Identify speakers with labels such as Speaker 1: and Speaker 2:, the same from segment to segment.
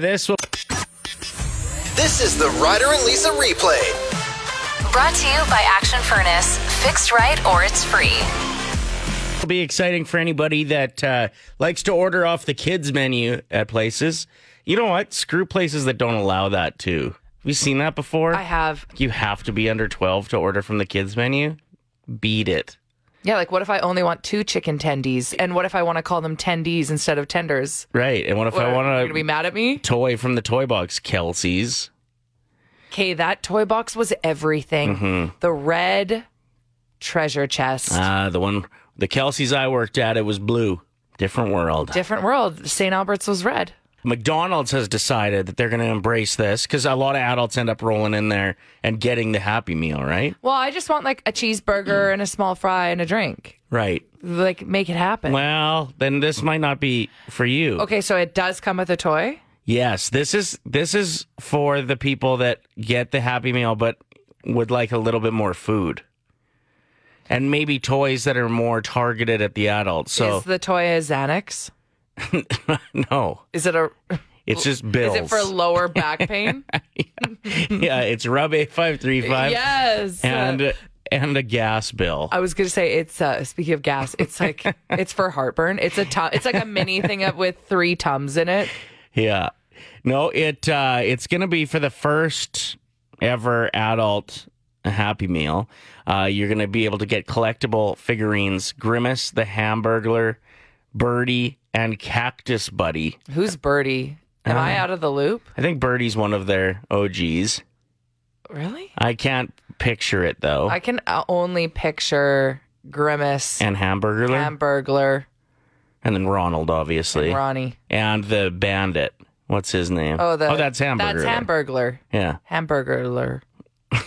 Speaker 1: This will.
Speaker 2: This is the Ryder and Lisa replay.
Speaker 3: Brought to you by Action Furnace. Fixed right or it's free.
Speaker 1: will be exciting for anybody that uh, likes to order off the kids menu at places. You know what? Screw places that don't allow that too. Have you seen that before?
Speaker 4: I have.
Speaker 1: You have to be under twelve to order from the kids menu. Beat it.
Speaker 4: Yeah, like what if I only want two chicken tendies? And what if I want to call them tendies instead of tenders?
Speaker 1: Right. And what if I
Speaker 4: What, you're
Speaker 1: want
Speaker 4: gonna
Speaker 1: to
Speaker 4: be mad at me?
Speaker 1: toy from the toy box, Kelsey's?
Speaker 4: Okay, that toy box was everything.
Speaker 1: Mm-hmm.
Speaker 4: The red treasure chest.
Speaker 1: Uh, the one, the Kelsey's I worked at, it was blue. Different world.
Speaker 4: Different world. St. Albert's was red.
Speaker 1: McDonald's has decided that they're going to embrace this because a lot of adults end up rolling in there and getting the Happy Meal, right?
Speaker 4: Well, I just want like a cheeseburger and a small fry and a drink.
Speaker 1: Right.
Speaker 4: Like make it happen.
Speaker 1: Well, then this might not be for you.
Speaker 4: Okay, so it does come with a toy.
Speaker 1: Yes, this is this is for the people that get the Happy Meal but would like a little bit more food. And maybe toys that are more targeted at the adults. So
Speaker 4: Is the toy a Xanax?
Speaker 1: no,
Speaker 4: Is it a
Speaker 1: it's just bills.
Speaker 4: is it for lower back pain?
Speaker 1: yeah, it's rub eight five three five.
Speaker 4: yes. uh,
Speaker 1: and and a gas bill.
Speaker 4: I was gonna say it's uh, speaking of gas, it's like it's for heartburn. It's a tu- it's like a mini thing up with three tums in it.
Speaker 1: Yeah. No, it uh, it's going to be for the first ever adult Happy Meal. Uh, you're going to be able to get collectible figurines: Grimace, the Hamburglar, Birdie, and Cactus Buddy.
Speaker 4: Who's Birdie? Am I
Speaker 1: Uh-huh.
Speaker 4: out of the loop?
Speaker 1: I think Birdie's one of their OGs.
Speaker 4: Really?
Speaker 1: I can't picture it though.
Speaker 4: I can uh, only picture Grimace,
Speaker 1: and Hamburglar,
Speaker 4: Hamburglar,
Speaker 1: and then Ronald, obviously,
Speaker 4: Ronnie.
Speaker 1: and the Bandit. What's his name?
Speaker 4: Oh, the
Speaker 1: oh that's Hamburglar.
Speaker 4: That's Hamburglar.
Speaker 1: Yeah,
Speaker 4: Hamburglar.
Speaker 1: uh,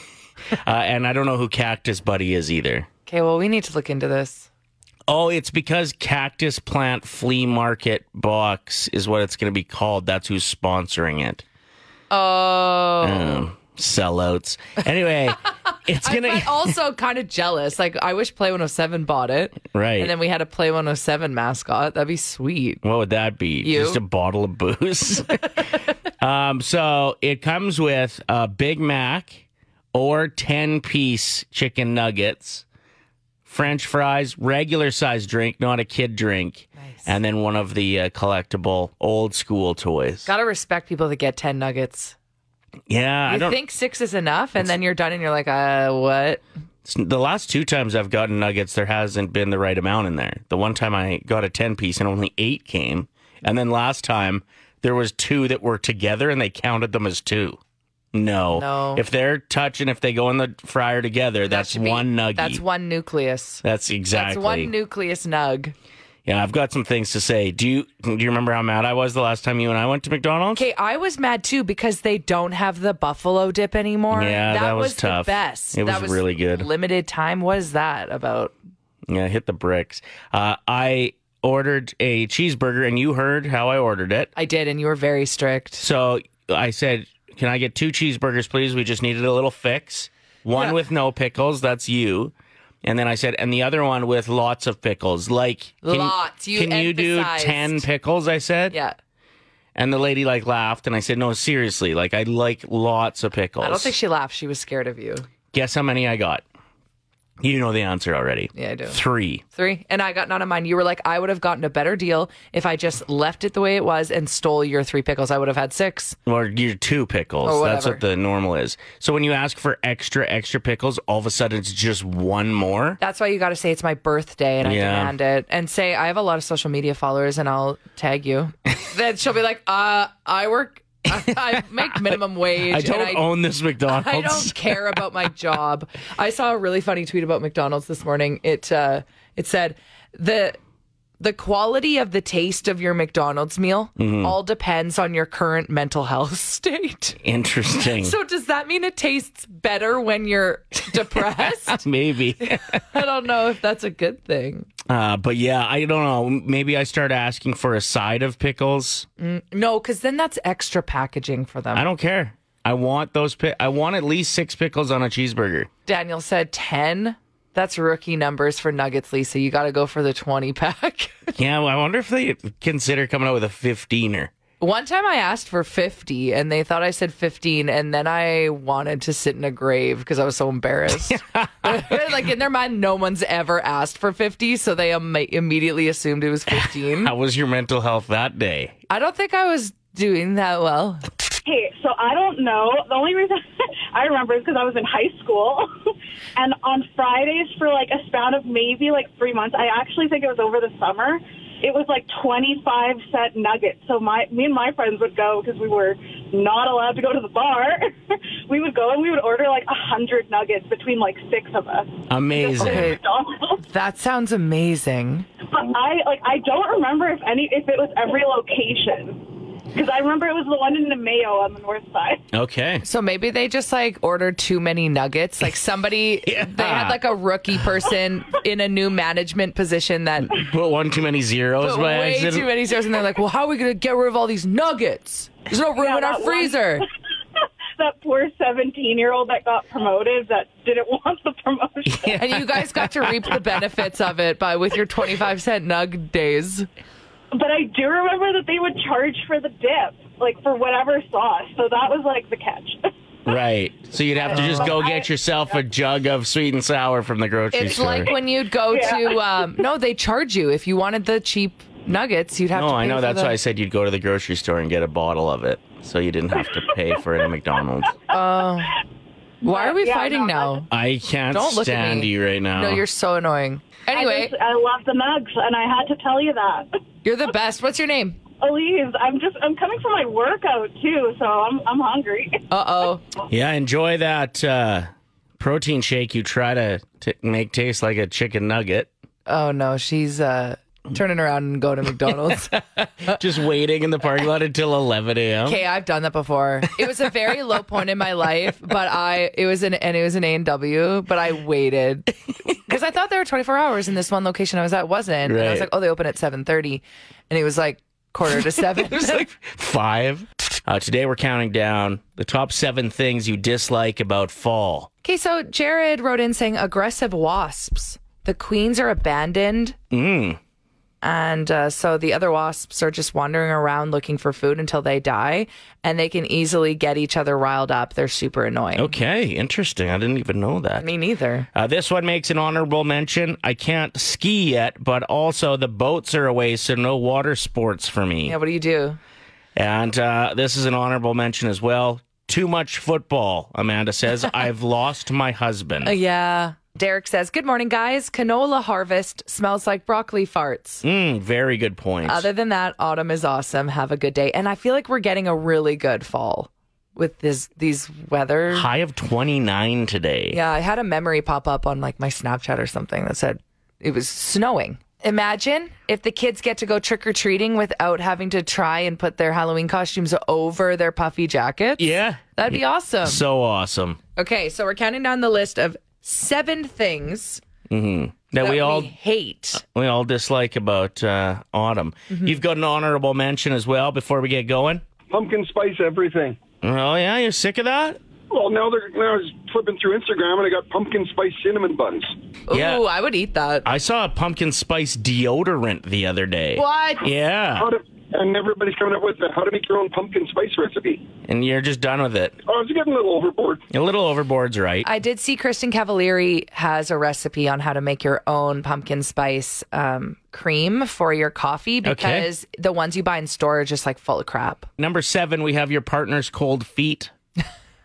Speaker 1: and I don't know who Cactus Buddy is either.
Speaker 4: Okay, well we need to look into this.
Speaker 1: Oh, it's because Cactus Plant Flea Market Box is what it's going to be called. That's who's sponsoring it.
Speaker 4: Oh.
Speaker 1: Um, sellouts. Anyway, it's going
Speaker 4: But
Speaker 1: to.
Speaker 4: also kind of jealous. Like I wish Play 107 bought it.
Speaker 1: Right.
Speaker 4: And then we had a Play 107 mascot. That'd be sweet.
Speaker 1: What would that be?
Speaker 4: You.
Speaker 1: Just a bottle of booze. um, so it comes with a Big Mac or 10 piece chicken nuggets, French fries, regular size drink, not a kid drink, and then one of the uh, collectible old school toys.
Speaker 4: Gotta respect people that get 10 nuggets.
Speaker 1: yeah, I
Speaker 4: You
Speaker 1: don't
Speaker 4: think six is enough, and then you're done, and you're like, uh, what?
Speaker 1: It's- The last two times I've gotten nuggets, there hasn't been the right amount in there. The one time I got a 10 piece and only eight came. And then last time there was two that were together and they counted them as two. No.
Speaker 4: No.
Speaker 1: If they're touching, if they go in the fryer together, that's
Speaker 4: should be-
Speaker 1: one nugget.
Speaker 4: That's one nucleus.
Speaker 1: That's exactly.
Speaker 4: That's one nucleus nug.
Speaker 1: yeah, I've got some things to say. Do you do you remember how mad I was the last time you and I went to McDonald's?
Speaker 4: Okay, I was mad too because they don't have the buffalo dip anymore.
Speaker 1: Yeah, that was tough.
Speaker 4: The best.
Speaker 1: It
Speaker 4: That
Speaker 1: was really good.
Speaker 4: Limited time. What is that about?
Speaker 1: Yeah, hit the bricks. Uh, I ordered a cheeseburger and you heard how I ordered it.
Speaker 4: I did, and you were very strict.
Speaker 1: So I said, "Can I get two cheeseburgers, please? We just needed a little fix. One with no pickles. That's you." And then I said, "And the other one with lots of pickles, like can,
Speaker 4: Lots. You
Speaker 1: can you do
Speaker 4: emphasized.
Speaker 1: ten pickles?" I said.
Speaker 4: Yeah,
Speaker 1: And the lady like laughed, and I said, "No, seriously. Like I like lots of pickles.
Speaker 4: I don't think she laughed. She was scared of you.
Speaker 1: Guess how many I got? You know the answer already.
Speaker 4: Yeah, I do.
Speaker 1: Three.
Speaker 4: Three, and I got none of mine. You were like, I would have gotten a better deal if I just left it the way it was and stole your three pickles. I would have had six.
Speaker 1: Or your two pickles.
Speaker 4: Or
Speaker 1: That's what
Speaker 4: whatever.
Speaker 1: the normal is. So when you ask for extra, extra pickles, all of a sudden it's just one more.
Speaker 4: That's why you got to say it's my birthday and I
Speaker 1: Yeah.
Speaker 4: demand it, and say I have a lot of social media followers and I'll tag you. then she'll be like, "Uh, I work, I, I make minimum wage.
Speaker 1: I
Speaker 4: and
Speaker 1: don't own this McDonald's.
Speaker 4: I don't care about my job. I saw a really funny tweet about McDonald's this morning. It uh, it said the the quality of the taste of your McDonald's meal
Speaker 1: Mm-hmm.
Speaker 4: all depends on your current mental health state.
Speaker 1: Interesting.
Speaker 4: So does that mean it tastes better when you're depressed?
Speaker 1: Maybe.
Speaker 4: I don't know if that's a good thing.
Speaker 1: Uh, but yeah, I don't know. Maybe I start asking for a side of pickles.
Speaker 4: No, because then that's extra packaging for them.
Speaker 1: I don't care. I want those. Pi- I want at least six pickles on a cheeseburger.
Speaker 4: Daniel said 10. That's rookie numbers for Nuggets, Lisa. You got to go for the 20 pack.
Speaker 1: Yeah, well, I wonder if they consider coming out with a 15er.
Speaker 4: One time I asked for 50 and they thought I said 15 and then I wanted to sit in a grave because I was so embarrassed. like in their mind no one's ever asked for 50 so they im- immediately assumed it was 15.
Speaker 1: How was your mental health that day?
Speaker 4: I don't think I was doing that well.
Speaker 5: Hey, so I don't know. The only reason I remember is because I was in high school. and on Fridays for like a span of maybe like three months, I actually think it was over the summer, it was like 25 cent nuggets. So my, me and my friends would go because we were not allowed to go to the bar. we would go and we would order like a hundred nuggets between like six of us.
Speaker 1: Amazing.
Speaker 4: Okay.
Speaker 5: McDonald's.
Speaker 4: That sounds amazing.
Speaker 5: But I like I don't remember if any if it was every location because I remember it was the one in the Mayo on the north side.
Speaker 1: Okay.
Speaker 4: So maybe they just like ordered too many nuggets. Like somebody,
Speaker 1: Yeah.
Speaker 4: they had like a rookie person in a new management position that
Speaker 1: Put one too many zeros
Speaker 4: put
Speaker 1: by
Speaker 4: way
Speaker 1: accident.
Speaker 4: too many zeros, and they're like, "Well, how are we gonna get rid of all these nuggets? There's no room
Speaker 5: Yeah,
Speaker 4: in our
Speaker 5: that one.
Speaker 4: freezer."
Speaker 5: that poor 17 year old that got promoted that didn't want the promotion.
Speaker 4: and you guys got to reap the benefits of it by with your 25 cent nug days.
Speaker 5: But I do remember that they would charge for the dip, like for whatever sauce. So that was like the catch.
Speaker 1: Right. So you'd have to just go get yourself a jug of sweet and sour from the grocery
Speaker 4: It's
Speaker 1: store.
Speaker 4: like when you'd go to um, no, they charge you if you wanted the cheap nuggets. You'd have
Speaker 1: no,
Speaker 4: to.
Speaker 1: I
Speaker 4: pay
Speaker 1: know.
Speaker 4: for
Speaker 1: That's
Speaker 4: the-
Speaker 1: why I said you'd go to the grocery store and get a bottle of it, so you didn't have to pay for it at McDonald's.
Speaker 4: Why are we
Speaker 5: Yeah,
Speaker 4: fighting
Speaker 5: no,
Speaker 4: now?
Speaker 1: I can't
Speaker 4: Don't look at
Speaker 1: stand
Speaker 4: me.
Speaker 1: you right now.
Speaker 4: No, you're so annoying.
Speaker 5: I,
Speaker 4: Anyway,
Speaker 5: just, I love the nugs, and I had to tell you that.
Speaker 4: you're the best. What's your name?
Speaker 5: Elise, I'm just I'm coming from my workout too, so I'm I'm hungry.
Speaker 4: Uh oh.
Speaker 1: Yeah, enjoy that uh, protein shake you try to t- make taste like a chicken nugget.
Speaker 4: Oh no, she's uh turning around and going to McDonald's.
Speaker 1: Just waiting in the parking lot until 11 a.m.
Speaker 4: Uh, okay, I've done that before. It was a very low point in my life, but I it was an and it was an A and W, but I waited because I thought there were 24 hours in this one location I was at wasn't, and I
Speaker 1: Right.
Speaker 4: was like, oh, they open at 7:30, and it was like quarter to seven.
Speaker 1: It was like five. Uh, today we're counting down the top seven things you dislike about fall.
Speaker 4: Okay, so Jared wrote in saying aggressive wasps. The queens are abandoned. And uh, so the other wasps are just wandering around looking for food until they die, and they can easily get each other riled up. They're super annoying.
Speaker 1: Okay, interesting. I didn't even know that.
Speaker 4: Me neither.
Speaker 1: Uh, this one makes an honorable mention. I can't ski yet, but also the boats are away, so no water sports for me.
Speaker 4: Yeah, what do you do?
Speaker 1: And uh, this is an honorable mention as well. Too much football, Amanda says. I've lost my husband.
Speaker 4: Uh, yeah. Derek says, Good morning, guys. Canola harvest smells like broccoli farts.
Speaker 1: Mm, very good point.
Speaker 4: Other than that, autumn is awesome. Have a good day. And I feel like we're getting a really good fall with this these weather.
Speaker 1: High of 29 today.
Speaker 4: Yeah, I had a memory pop up on like my Snapchat or something that said it was snowing. Imagine if the kids get to go trick or treating without having to try and put their Halloween costumes over their puffy jackets.
Speaker 1: Yeah.
Speaker 4: That'd be awesome.
Speaker 1: So awesome.
Speaker 4: Okay, so we're counting down the list of seven things
Speaker 1: That,
Speaker 4: that
Speaker 1: we all
Speaker 4: hate.
Speaker 1: we all dislike about uh, autumn.
Speaker 4: Mm-hmm.
Speaker 1: You've got an honorable mention as well before we get going.
Speaker 6: pumpkin spice everything.
Speaker 1: Oh yeah, you're sick of that?
Speaker 6: Well, now they're now I was flipping through Instagram and I got pumpkin spice cinnamon buns.
Speaker 1: Yeah.
Speaker 4: Ooh, I would eat that.
Speaker 1: I saw a pumpkin spice deodorant the other day.
Speaker 4: what?
Speaker 1: Yeah.
Speaker 6: How to, and everybody's coming up with that. How to make your own pumpkin spice recipe?
Speaker 1: And you're just done with it.
Speaker 6: Oh, I was getting a little overboard.
Speaker 1: A little overboard's right.
Speaker 4: I did see Kristen Cavalieri has a recipe on how to make your own pumpkin spice um, cream for your coffee because the ones you buy in store are just like full of crap.
Speaker 1: Number seven, we have your partner's cold feet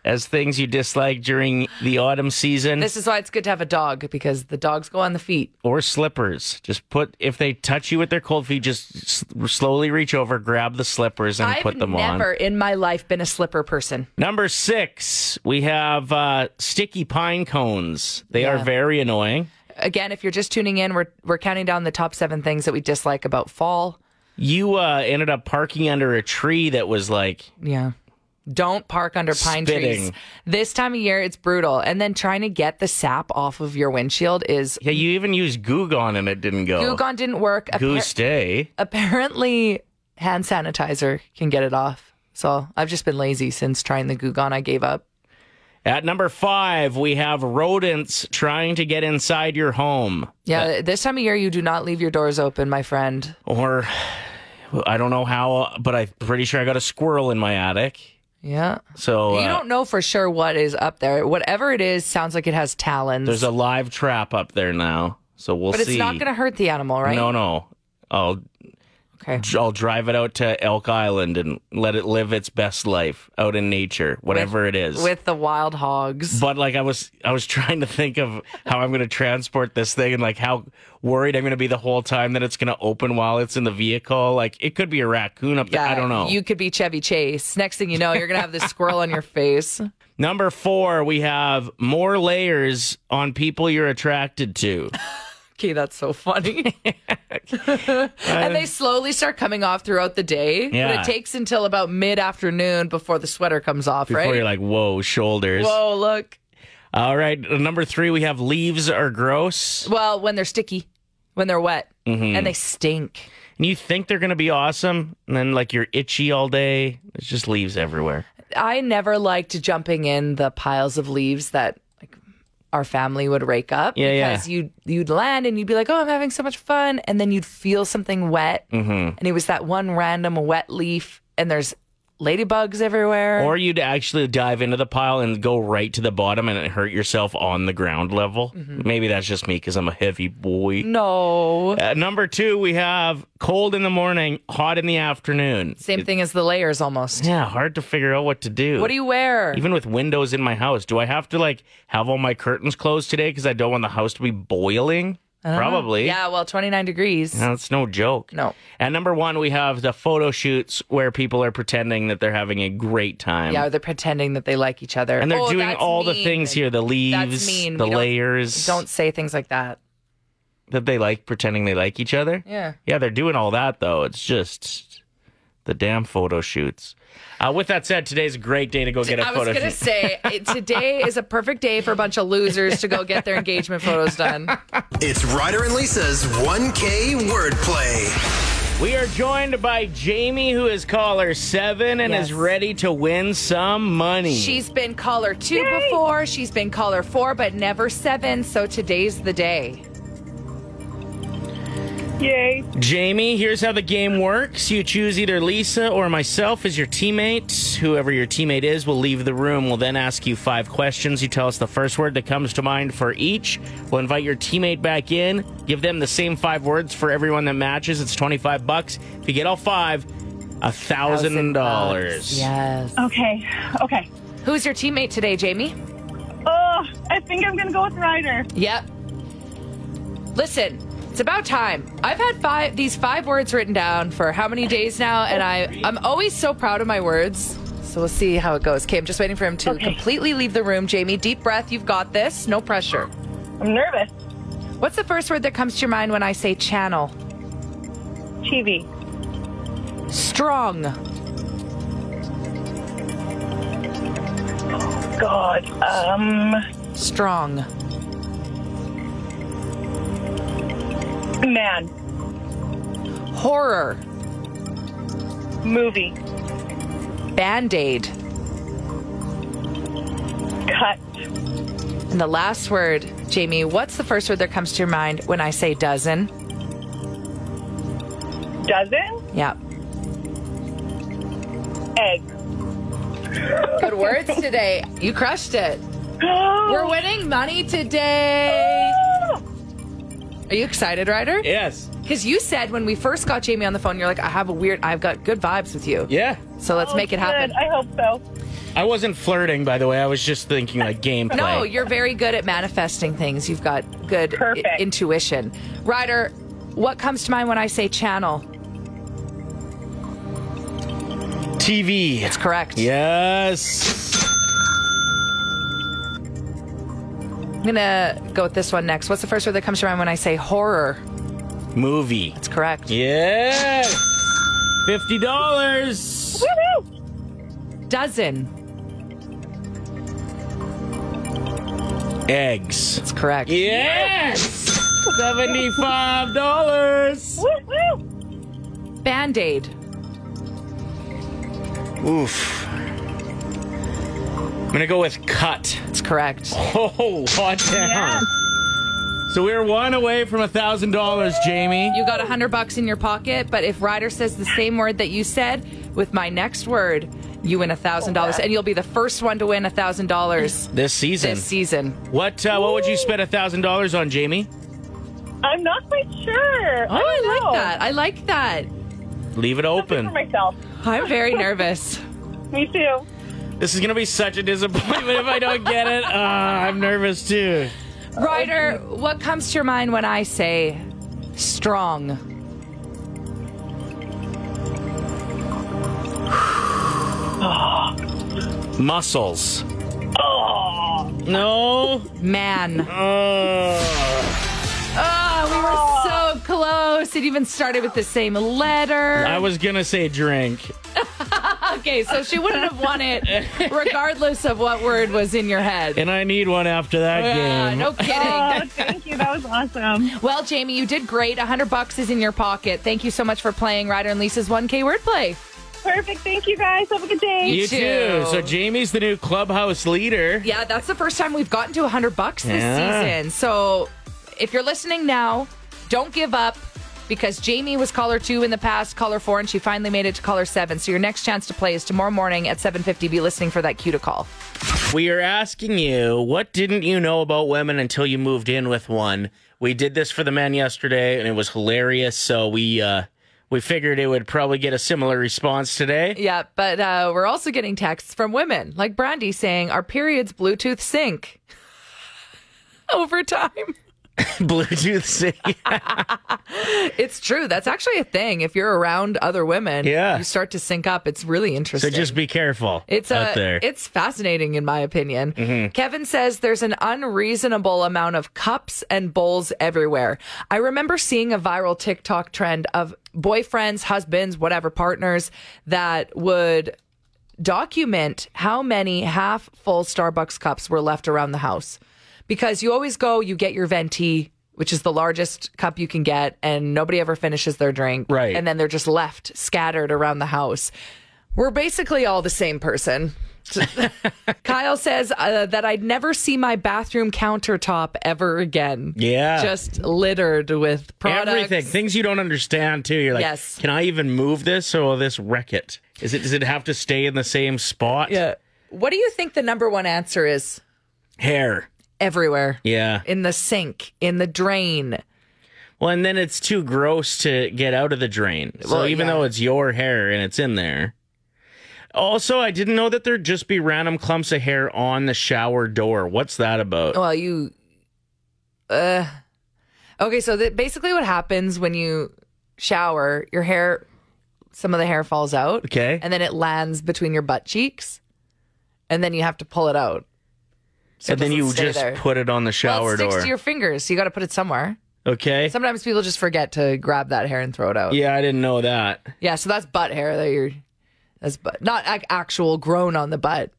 Speaker 1: as things you dislike during the autumn season,
Speaker 4: This is why it's good to have a dog because the dogs go on the feet.
Speaker 1: or slippers. Just put if they touch you with their cold feet, just s- slowly reach over, grab the slippers, and
Speaker 4: I've
Speaker 1: put them
Speaker 4: never
Speaker 1: on.
Speaker 4: in my life been a slipper person.
Speaker 1: Number six, we have uh, sticky pine cones. They are
Speaker 4: Yeah.
Speaker 1: very annoying.
Speaker 4: Again, if you're just tuning in, we're we're counting down the top seven things that we dislike about fall.
Speaker 1: You uh, ended up parking under a tree that was like
Speaker 4: Yeah. Don't park under pine trees.
Speaker 1: Spitting.
Speaker 4: This time of year, it's brutal. And then trying to get the sap off of your windshield is.
Speaker 1: yeah. You even used Goo Gone and it didn't go.
Speaker 4: Goo Gone didn't work. Appar-
Speaker 1: Oh. Goose Day.
Speaker 4: apparently, hand sanitizer can get it off. So I've just been lazy since trying the Goo Gone. I gave up.
Speaker 1: At number five, we have rodents trying to get inside your home.
Speaker 4: Yeah, this time of year, you do not leave your doors open, my friend.
Speaker 1: or I don't know how, but I'm pretty sure I got a squirrel in my attic.
Speaker 4: Yeah.
Speaker 1: So
Speaker 4: you
Speaker 1: uh,
Speaker 4: don't know for sure what is up there. Whatever it is, sounds like it has talons.
Speaker 1: there's a live trap up there now. So we'll
Speaker 4: but
Speaker 1: see.
Speaker 4: it's not going to hurt the animal, right?
Speaker 1: No, no. I'll
Speaker 4: Okay.
Speaker 1: I'll drive it out to Elk Island and let it live its best life out in nature, whatever it is.
Speaker 4: With the wild hogs.
Speaker 1: but like I was I was trying to think of how I'm going to transport this thing and like how worried I'm going to be the whole time that it's going to open while it's in the vehicle. Like it could be a raccoon up there. I don't know.
Speaker 4: You could be Chevy Chase. Next thing you know, you're going to have this squirrel on your face.
Speaker 1: Number 4, we have more layers on people you're attracted to.
Speaker 4: Okay, that's so funny. and they slowly start coming off throughout the day.
Speaker 1: Yeah.
Speaker 4: But it takes until about mid afternoon before the sweater comes off,
Speaker 1: Before
Speaker 4: right?
Speaker 1: you're like, "Whoa, shoulders."
Speaker 4: Whoa, look.
Speaker 1: All right, number 3 we have leaves are gross.
Speaker 4: Well, when they're sticky, when they're wet,
Speaker 1: Mm-hmm.
Speaker 4: and they stink.
Speaker 1: And you think they're going to be awesome and then like you're itchy all day. It's just leaves everywhere.
Speaker 4: I never liked jumping in the piles of leaves that like our family would rake up
Speaker 1: Yeah, yeah.
Speaker 4: because you'd you'd land and you'd be like, "Oh, I'm having so much fun," and then you'd feel something wet, mm-hmm. and it was that one random wet leaf, and there's ladybugs everywhere.
Speaker 1: Or you'd actually dive into the pile and go right to the bottom and hurt yourself on the ground level.
Speaker 4: Mm-hmm.
Speaker 1: Maybe that's just me because I'm a heavy boy.
Speaker 4: no,
Speaker 1: Uh, number two, we have cold in the morning, hot in the afternoon.
Speaker 4: same thing as the layers almost.
Speaker 1: Yeah, hard to figure out what to do.
Speaker 4: What do you wear?
Speaker 1: Even with windows in my house, do I have to like have all my curtains closed today because I don't want the house to be boiling? Probably.
Speaker 4: Uh-huh. yeah, well, 29 degrees.
Speaker 1: That's no joke.
Speaker 4: No.
Speaker 1: At number one, we have the photo shoots where people are pretending that they're having a great time.
Speaker 4: Yeah, they're pretending that they like each other,
Speaker 1: And they're
Speaker 4: Oh,
Speaker 1: doing
Speaker 4: that's
Speaker 1: all the
Speaker 4: mean.
Speaker 1: things here the leaves,
Speaker 4: mean.
Speaker 1: the
Speaker 4: We don't-
Speaker 1: layers.
Speaker 4: Don't say things like that.
Speaker 1: that they like pretending they like each other.
Speaker 4: Yeah.
Speaker 1: Yeah, they're doing all that though. It's just the damn photo shoots. Uh, with that said, today's a great day to go get a
Speaker 4: I was
Speaker 1: photo
Speaker 4: gonna
Speaker 1: shoot.
Speaker 4: say it, today is a perfect day for a bunch of losers to go get their engagement photos done.
Speaker 2: It's Ryder and Lisa's 1K wordplay.
Speaker 1: we are joined by Jamie, who is caller seven and
Speaker 4: Yes.
Speaker 1: is ready to win some money.
Speaker 4: She's been caller two before. She's been caller four, but never seven. So today's the day.
Speaker 5: Yay.
Speaker 1: Jamie, here's how the game works. You choose either Lisa or myself as your teammate. Whoever your teammate is will leave the room. We'll then ask you five questions. You tell us the first word that comes to mind for each. We'll invite your teammate back in. Give them the same five words for everyone that matches. It's 25 bucks. If you get all five, a thousand dollars.
Speaker 4: Yes.
Speaker 5: Okay. Okay.
Speaker 4: Who's your teammate today, Jamie?
Speaker 5: Oh, I think I'm going to go with Ryder.
Speaker 4: Yep. Listen, it's about time. I've had five these five words written down for how many days now, and I I'm always so proud of my words. So we'll see how it goes. Okay, I'm just waiting for him to
Speaker 5: Okay.
Speaker 4: completely leave the room. Jamie, deep breath. You've got this. No pressure.
Speaker 5: I'm nervous.
Speaker 4: What's the first word that comes to your mind when I say channel?
Speaker 5: TV.
Speaker 4: Strong.
Speaker 5: God. Um,
Speaker 4: Strong.
Speaker 5: man.
Speaker 4: Horror.
Speaker 5: Movie.
Speaker 4: Band aid.
Speaker 5: Cut.
Speaker 4: And the last word, Jamie, what's the first word that comes to your mind when I say dozen?
Speaker 5: Dozen.
Speaker 4: Yep.
Speaker 5: Egg.
Speaker 4: Good words today. You crushed it. We're winning money today. Are you excited, Ryder?
Speaker 1: Yes.
Speaker 4: Because you said when we first got Jamie on the phone, you're like, I have a weird, I've got good vibes with you.
Speaker 1: Yeah.
Speaker 4: So let's make it happen.
Speaker 5: Oh, Good. I hope so.
Speaker 1: I wasn't flirting, by the way. I was just thinking like gameplay.
Speaker 4: No, you're very good at manifesting things. You've got good i-
Speaker 5: Perfect.
Speaker 4: intuition. Ryder, what comes to mind when I say channel?
Speaker 1: TV.
Speaker 4: It's correct.
Speaker 1: Yes.
Speaker 4: I'm going to go with this one next. What's the first word that comes to mind when I say horror?
Speaker 1: Movie.
Speaker 4: It's correct.
Speaker 1: Yes. Fifty dollars.
Speaker 5: Woohoo!
Speaker 4: Dozen.
Speaker 1: Eggs.
Speaker 4: It's correct.
Speaker 1: Yes. Seventy-five dollars.
Speaker 5: Woohoo!
Speaker 4: Band aid.
Speaker 1: Oof. I'm gonna go with cut.
Speaker 4: It's correct.
Speaker 1: Oh, hot damn. So we're one away from a thousand dollars, Jamie.
Speaker 4: You got a hundred bucks in your pocket, but if Ryder says the same word that you said with my next word, you win a thousand dollars, and you'll be the first one to win a thousand dollars
Speaker 1: this season.
Speaker 4: this season.
Speaker 1: What uh, what would you spend a thousand dollars on, Jamie?
Speaker 5: I'm not quite sure.
Speaker 4: Oh, I like that. I like that.
Speaker 1: Leave it
Speaker 5: For
Speaker 1: open.
Speaker 5: myself.
Speaker 4: I'm very nervous.
Speaker 5: Me too.
Speaker 1: This is gonna be such a disappointment if I don't get it. Uh, I'm nervous too.
Speaker 4: Ryder, what comes to your mind when I say strong?
Speaker 1: Muscles. Oh no.
Speaker 4: Man.
Speaker 1: Uh,
Speaker 4: Oh, we were so close. It even started with the same letter.
Speaker 1: I was gonna say drink.
Speaker 4: Okay, so she wouldn't have won it regardless of what word was in your head.
Speaker 1: And I need one after that
Speaker 4: Yeah,
Speaker 1: game.
Speaker 4: no kidding.
Speaker 5: Oh, thank you. That was awesome.
Speaker 4: Well, Jamie, you did great. 100 bucks is in your pocket. Thank you so much for playing Ryder and Lisa's 1K wordplay.
Speaker 5: Perfect. Thank you guys. Have a good day.
Speaker 1: You
Speaker 4: too.
Speaker 1: too. So Jamie's the new clubhouse leader.
Speaker 4: Yeah, that's the first time we've gotten to 100 bucks this
Speaker 1: Yeah.
Speaker 4: season. So, if you're listening now, don't give up because Jamie was caller 2 in the past, caller 4 and she finally made it to caller 7. So, your next chance to play is tomorrow morning at 7:50. Be listening for that cue to call.
Speaker 1: We are asking you, what didn't you know about women until you moved in with one? We did this for the men yesterday, and it was hilarious. So we uh, we figured it would probably get a similar response today.
Speaker 4: Yeah, but uh, we're also getting texts from women like Brandy saying, "Our periods Bluetooth sync over time."
Speaker 1: Bluetooth sync.
Speaker 4: It's true. That's actually a thing. If you're around other women,
Speaker 1: Yeah.
Speaker 4: you start to sync up. It's really
Speaker 1: so
Speaker 4: interesting.
Speaker 1: just be careful
Speaker 4: it's
Speaker 1: out
Speaker 4: uh,
Speaker 1: there. Mm-hmm.
Speaker 4: it's fascinating in my opinion. Kevin says there's an unreasonable amount of cups and bowls everywhere. I remember seeing a viral TikTok trend of boyfriends, husbands, whatever partners that would document how many half full Starbucks cups were left around the house. Because you always go, you get your venti, which is the largest cup you can get, and nobody ever finishes their drink.
Speaker 1: Right.
Speaker 4: And then they're just left scattered around the house. We're basically all the same person. Kyle says uh, that I'd never see my bathroom countertop ever again.
Speaker 1: Yeah.
Speaker 4: Just littered with products.
Speaker 1: Everything, things you don't understand too. You're like,
Speaker 4: Yes.
Speaker 1: can I even move this or will this wreck it? Is it does it have to stay in the same spot?
Speaker 4: Yeah. What do you think the number one answer is?
Speaker 1: Hair.
Speaker 4: Everywhere.
Speaker 1: Yeah.
Speaker 4: in the sink, in the drain.
Speaker 1: Well, and then it's too gross to get out of the drain. So
Speaker 4: Well,
Speaker 1: even
Speaker 4: yeah.
Speaker 1: though it's your hair and it's in there. Also, I didn't know that there'd just be random clumps of hair on the shower door. What's that about?
Speaker 4: Well, you. Uh, okay, so that basically what happens when you shower, your hair, some of the hair falls out.
Speaker 1: Okay.
Speaker 4: And then it lands between your butt cheeks, and then you have to pull it out. So it
Speaker 1: and then
Speaker 4: doesn't
Speaker 1: you
Speaker 4: stay
Speaker 1: just
Speaker 4: there.
Speaker 1: put it on the
Speaker 4: Well, it
Speaker 1: shower
Speaker 4: sticks
Speaker 1: door.
Speaker 4: to your fingers, so you got to put it somewhere.
Speaker 1: okay.
Speaker 4: Sometimes people just forget to grab that hair and throw it out.
Speaker 1: yeah, I didn't know that.
Speaker 4: Yeah, so that's butt hair that you're that's butt, not ac- actual grown on the butt,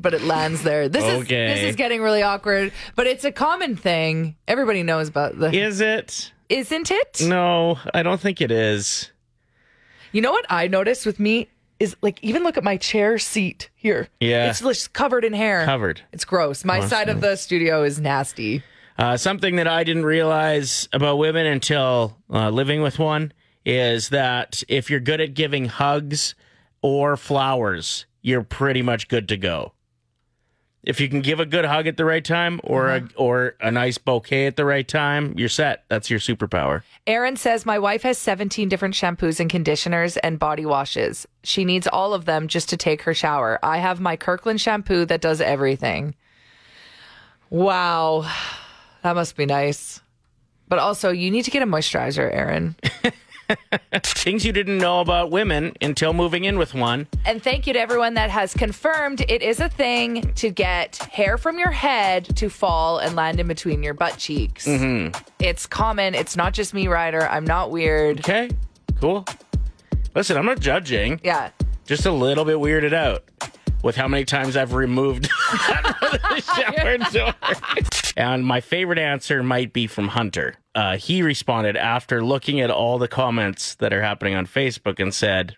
Speaker 4: but it lands there. This
Speaker 1: Okay.
Speaker 4: is this is getting really awkward, but it's a common thing. Everybody knows about the
Speaker 1: Is it?
Speaker 4: Isn't it?
Speaker 1: No, I don't think it is.
Speaker 4: You know what I noticed with me is like even look at my chair seat here.
Speaker 1: Yeah.
Speaker 4: It's just covered in hair.
Speaker 1: Covered.
Speaker 4: It's gross. My side of the studio is nasty.
Speaker 1: Uh, something that I didn't realize about women until uh, living with one is that if you're good at giving hugs or flowers, you're pretty much good to go. If you can give a good hug at the right time or a, or a nice bouquet at the right time, you're set. That's your superpower.
Speaker 4: Aaron says, My wife has 17 different shampoos and conditioners and body washes. She needs all of them just to take her shower. I have my Kirkland shampoo that does everything. Wow. That must be nice. But also, you need to get a moisturizer, Aaron.
Speaker 1: Things you didn't know about women until moving in with one.
Speaker 4: And thank you to everyone that has confirmed it is a thing to get hair from your head to fall and land in between your butt cheeks. It's common. It's not just me, Ryder. I'm not weird.
Speaker 1: Okay, cool. Listen, I'm not judging.
Speaker 4: Yeah.
Speaker 1: just a little bit weirded out with how many times I've removed the shower door. And my favorite answer might be from Hunter. Uh, he responded after looking at all the comments that are happening on Facebook and said,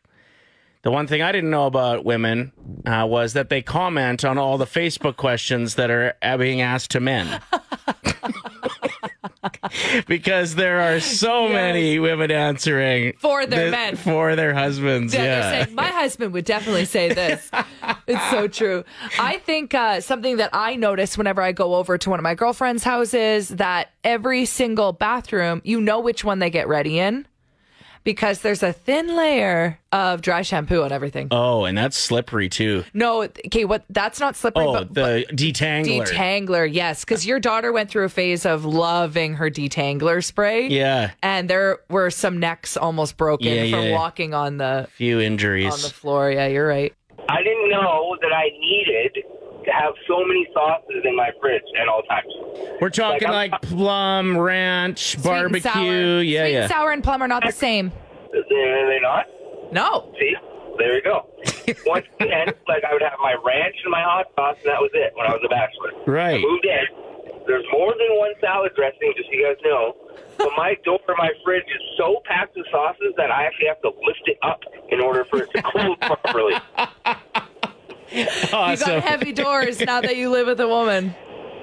Speaker 1: the one thing I didn't know about women uh, was that they comment on all the Facebook questions that are uh, being asked to men. because there are so many women answering
Speaker 4: For their
Speaker 1: thi-
Speaker 4: men.
Speaker 1: for their husbands.
Speaker 4: Yeah,
Speaker 1: Yeah,
Speaker 4: they're saying my husband would definitely say this. it's so true. I think uh, something that I notice whenever I go over to one of my girlfriends' houses that every single bathroom, you know which one they get ready in because there's a thin layer of dry shampoo on everything.
Speaker 1: oh, and that's slippery too.
Speaker 4: No, okay, what? That's not slippery.
Speaker 1: Oh,
Speaker 4: but,
Speaker 1: the detangler.
Speaker 4: detangler, yes, because your daughter went through a phase of loving her detangler spray.
Speaker 1: yeah,
Speaker 4: And there were some necks almost broken
Speaker 1: Yeah,
Speaker 4: from
Speaker 1: yeah.
Speaker 4: walking on the
Speaker 1: few
Speaker 4: on the
Speaker 1: injuries.
Speaker 4: floor. Yeah, you're right.
Speaker 7: I didn't know that I needed to have so many sauces in my fridge at all times.
Speaker 1: We're talking like,
Speaker 7: Like, I'm-
Speaker 1: plum ranch,
Speaker 4: Sweet and
Speaker 1: barbecue.
Speaker 4: sour.
Speaker 1: Yeah,
Speaker 4: Sweet
Speaker 1: yeah.
Speaker 4: And sour and plum are not the same.
Speaker 7: They're they're not.
Speaker 4: No.
Speaker 7: See, there you go. Once again, like I would have my ranch and my hot sauce, and that was it when I was a bachelor.
Speaker 1: Right.
Speaker 7: I moved in. There's more than one salad dressing, just so you guys know. But my door, my fridge is so packed with sauces that I actually have to lift it up in order for it to close properly.
Speaker 4: You got
Speaker 1: Awesome.
Speaker 4: heavy doors now that you live with a woman.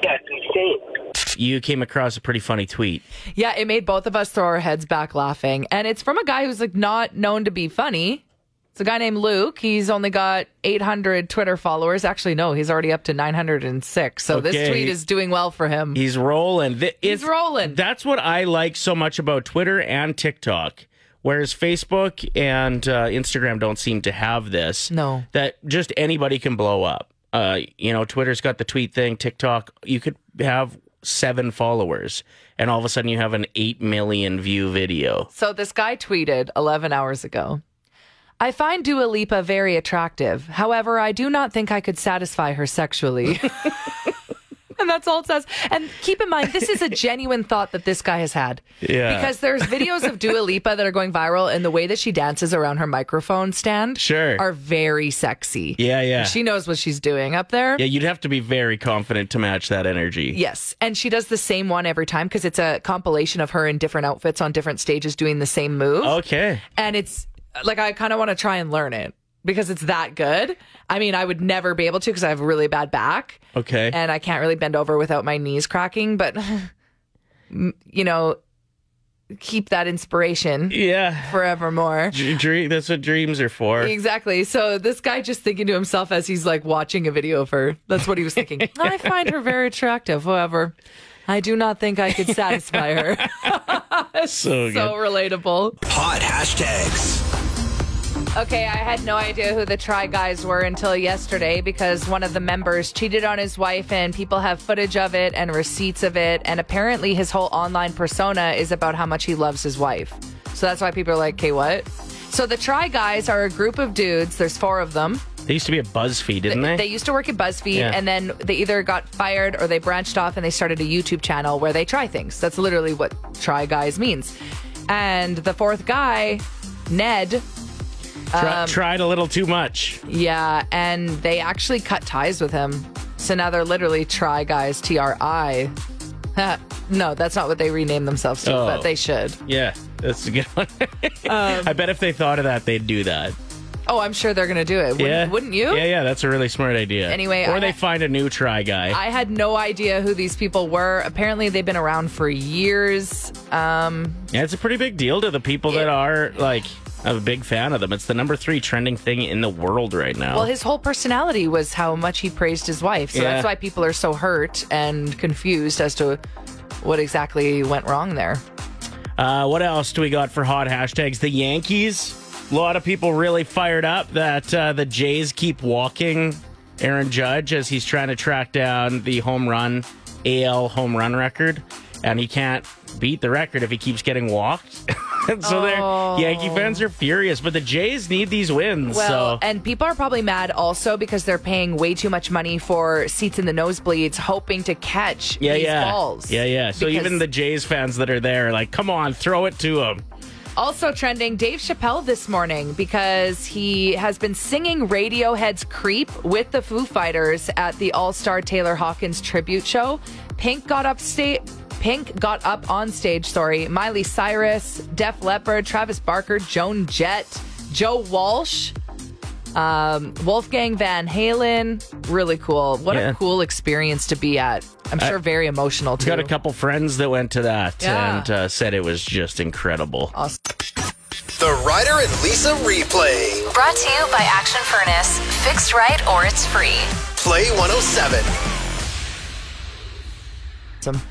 Speaker 7: Yeah, it's insane.
Speaker 1: you came across a pretty funny tweet.
Speaker 4: Yeah, it made both of us throw our heads back laughing. And it's from a guy who's like not known to be funny. It's a guy named Luke. He's only got 800 Twitter followers. Actually, no, he's already up to 906. So
Speaker 1: Okay.
Speaker 4: this tweet is doing well for him.
Speaker 1: He's rolling. Th-
Speaker 4: He's
Speaker 1: it's-
Speaker 4: rolling.
Speaker 1: That's what I like so much about Twitter and TikTok. Whereas Facebook and uh, Instagram don't seem to have this.
Speaker 4: No.
Speaker 1: That just anybody can blow up. Uh, you know, Twitter's got the tweet thing, TikTok, you could have seven followers, and all of a sudden you have an 8 million view video.
Speaker 4: So this guy tweeted 11 hours ago. I find Dua Lipa very attractive. However, I do not think I could satisfy her sexually. and that's all it says. And keep in mind, this is a genuine thought that this guy has had.
Speaker 1: Yeah.
Speaker 4: Because there's videos of Dua Lipa that are going viral, and the way that she dances around her microphone stand
Speaker 1: Sure.
Speaker 4: are very sexy.
Speaker 1: Yeah, yeah.
Speaker 4: She knows what she's doing up there.
Speaker 1: yeah, you'd have to be very confident to match that energy.
Speaker 4: Yes, and she does the same one every time because it's a compilation of her in different outfits on different stages doing the same move
Speaker 1: Okay.
Speaker 4: and it's like I kind of want to try and learn it because it's that good. I mean, I would never be able to because I have a really bad back
Speaker 1: Okay.
Speaker 4: and I can't really bend over without my knees cracking, but m- you know, keep that inspiration
Speaker 1: yeah.
Speaker 4: forevermore.
Speaker 1: Dr- dream, that's what dreams are for.
Speaker 4: Exactly. So this guy just thinking to himself as he's like watching a video of her. That's what he was thinking. I find her very attractive. However, I do not think I could satisfy her.
Speaker 1: So good.
Speaker 4: so relatable.
Speaker 2: Hot hashtags.
Speaker 4: Okay, I had no idea who the Try Guys were until yesterday because one of the members cheated on his wife, and people have footage of it and receipts of it. And apparently, his whole online persona is about how much he loves his wife. So that's why people are like, okay, what? So the Try Guys are a group of dudes, there's four of them.
Speaker 1: They used to be a BuzzFeed, didn't they?
Speaker 4: They used to work at BuzzFeed,
Speaker 1: Yeah.
Speaker 4: and then they either got fired or they branched off and they started a YouTube channel where they try things. That's literally what try guys means. And the fourth guy, Ned,
Speaker 1: Tri-
Speaker 4: Um,
Speaker 1: tried a little too much.
Speaker 4: Yeah, and they actually cut ties with him. So now they're literally Try Guys, T R I. No, that's not what they rename themselves to,
Speaker 1: Oh.
Speaker 4: but they should.
Speaker 1: Yeah, that's a good one.
Speaker 4: Um,
Speaker 1: I bet if they thought of that, they'd do that.
Speaker 4: Oh, I'm sure they're going to do it. Wouldn't,
Speaker 1: yeah,
Speaker 4: wouldn't you?
Speaker 1: Yeah, yeah, that's a really smart idea.
Speaker 4: Anyway,
Speaker 1: or
Speaker 4: I-
Speaker 1: they find a new try guy.
Speaker 4: I had no idea who these people were. Apparently, they've been around for years. Um,
Speaker 1: yeah, it's a pretty big deal to the people that are like. I'm a big fan of them. It's the number three trending thing in the world right now.
Speaker 4: well, his whole personality was how much he praised his wife. So
Speaker 1: Yeah.
Speaker 4: that's why people are so hurt and confused as to what exactly went wrong there.
Speaker 1: uh, what else do we got for hot hashtags? The Yankees. A lot of people really fired up that uh, the Jays keep walking Aaron Judge as he's trying to track down the home run AL home run record, and he can't beat the record if he keeps getting walked. And so
Speaker 4: Oh.
Speaker 1: they're Yankee fans are furious, but the Jays need these wins.
Speaker 4: Well,
Speaker 1: so
Speaker 4: and people are probably mad also because they're paying way too much money for seats in the nosebleeds, hoping to catch
Speaker 1: yeah,
Speaker 4: these
Speaker 1: yeah,
Speaker 4: balls.
Speaker 1: yeah, yeah. So
Speaker 4: Because-
Speaker 1: even the Jays fans that are there, are like, come on, throw it to them.
Speaker 4: also trending Dave Chappelle this morning because he has been singing Radiohead's "Creep" with the Foo Fighters at the All Star Taylor Hawkins tribute show. Pink got up state. Pink got up on stage. Sorry, Miley Cyrus, Def Leppard, Travis Barker, Joan Jett, Joe Walsh. Um, Wolfgang Van Halen, really cool. What
Speaker 1: Yeah.
Speaker 4: a cool experience to be at. I'm sure very emotional too.
Speaker 1: Got a couple friends that went to that
Speaker 4: Yeah.
Speaker 1: and uh, said it was just incredible.
Speaker 2: The Ryder and Lisa replay.
Speaker 3: Brought to you by Action Furnace. Fixed right
Speaker 2: oh
Speaker 3: or it's free.
Speaker 2: Play 107.
Speaker 4: Awesome.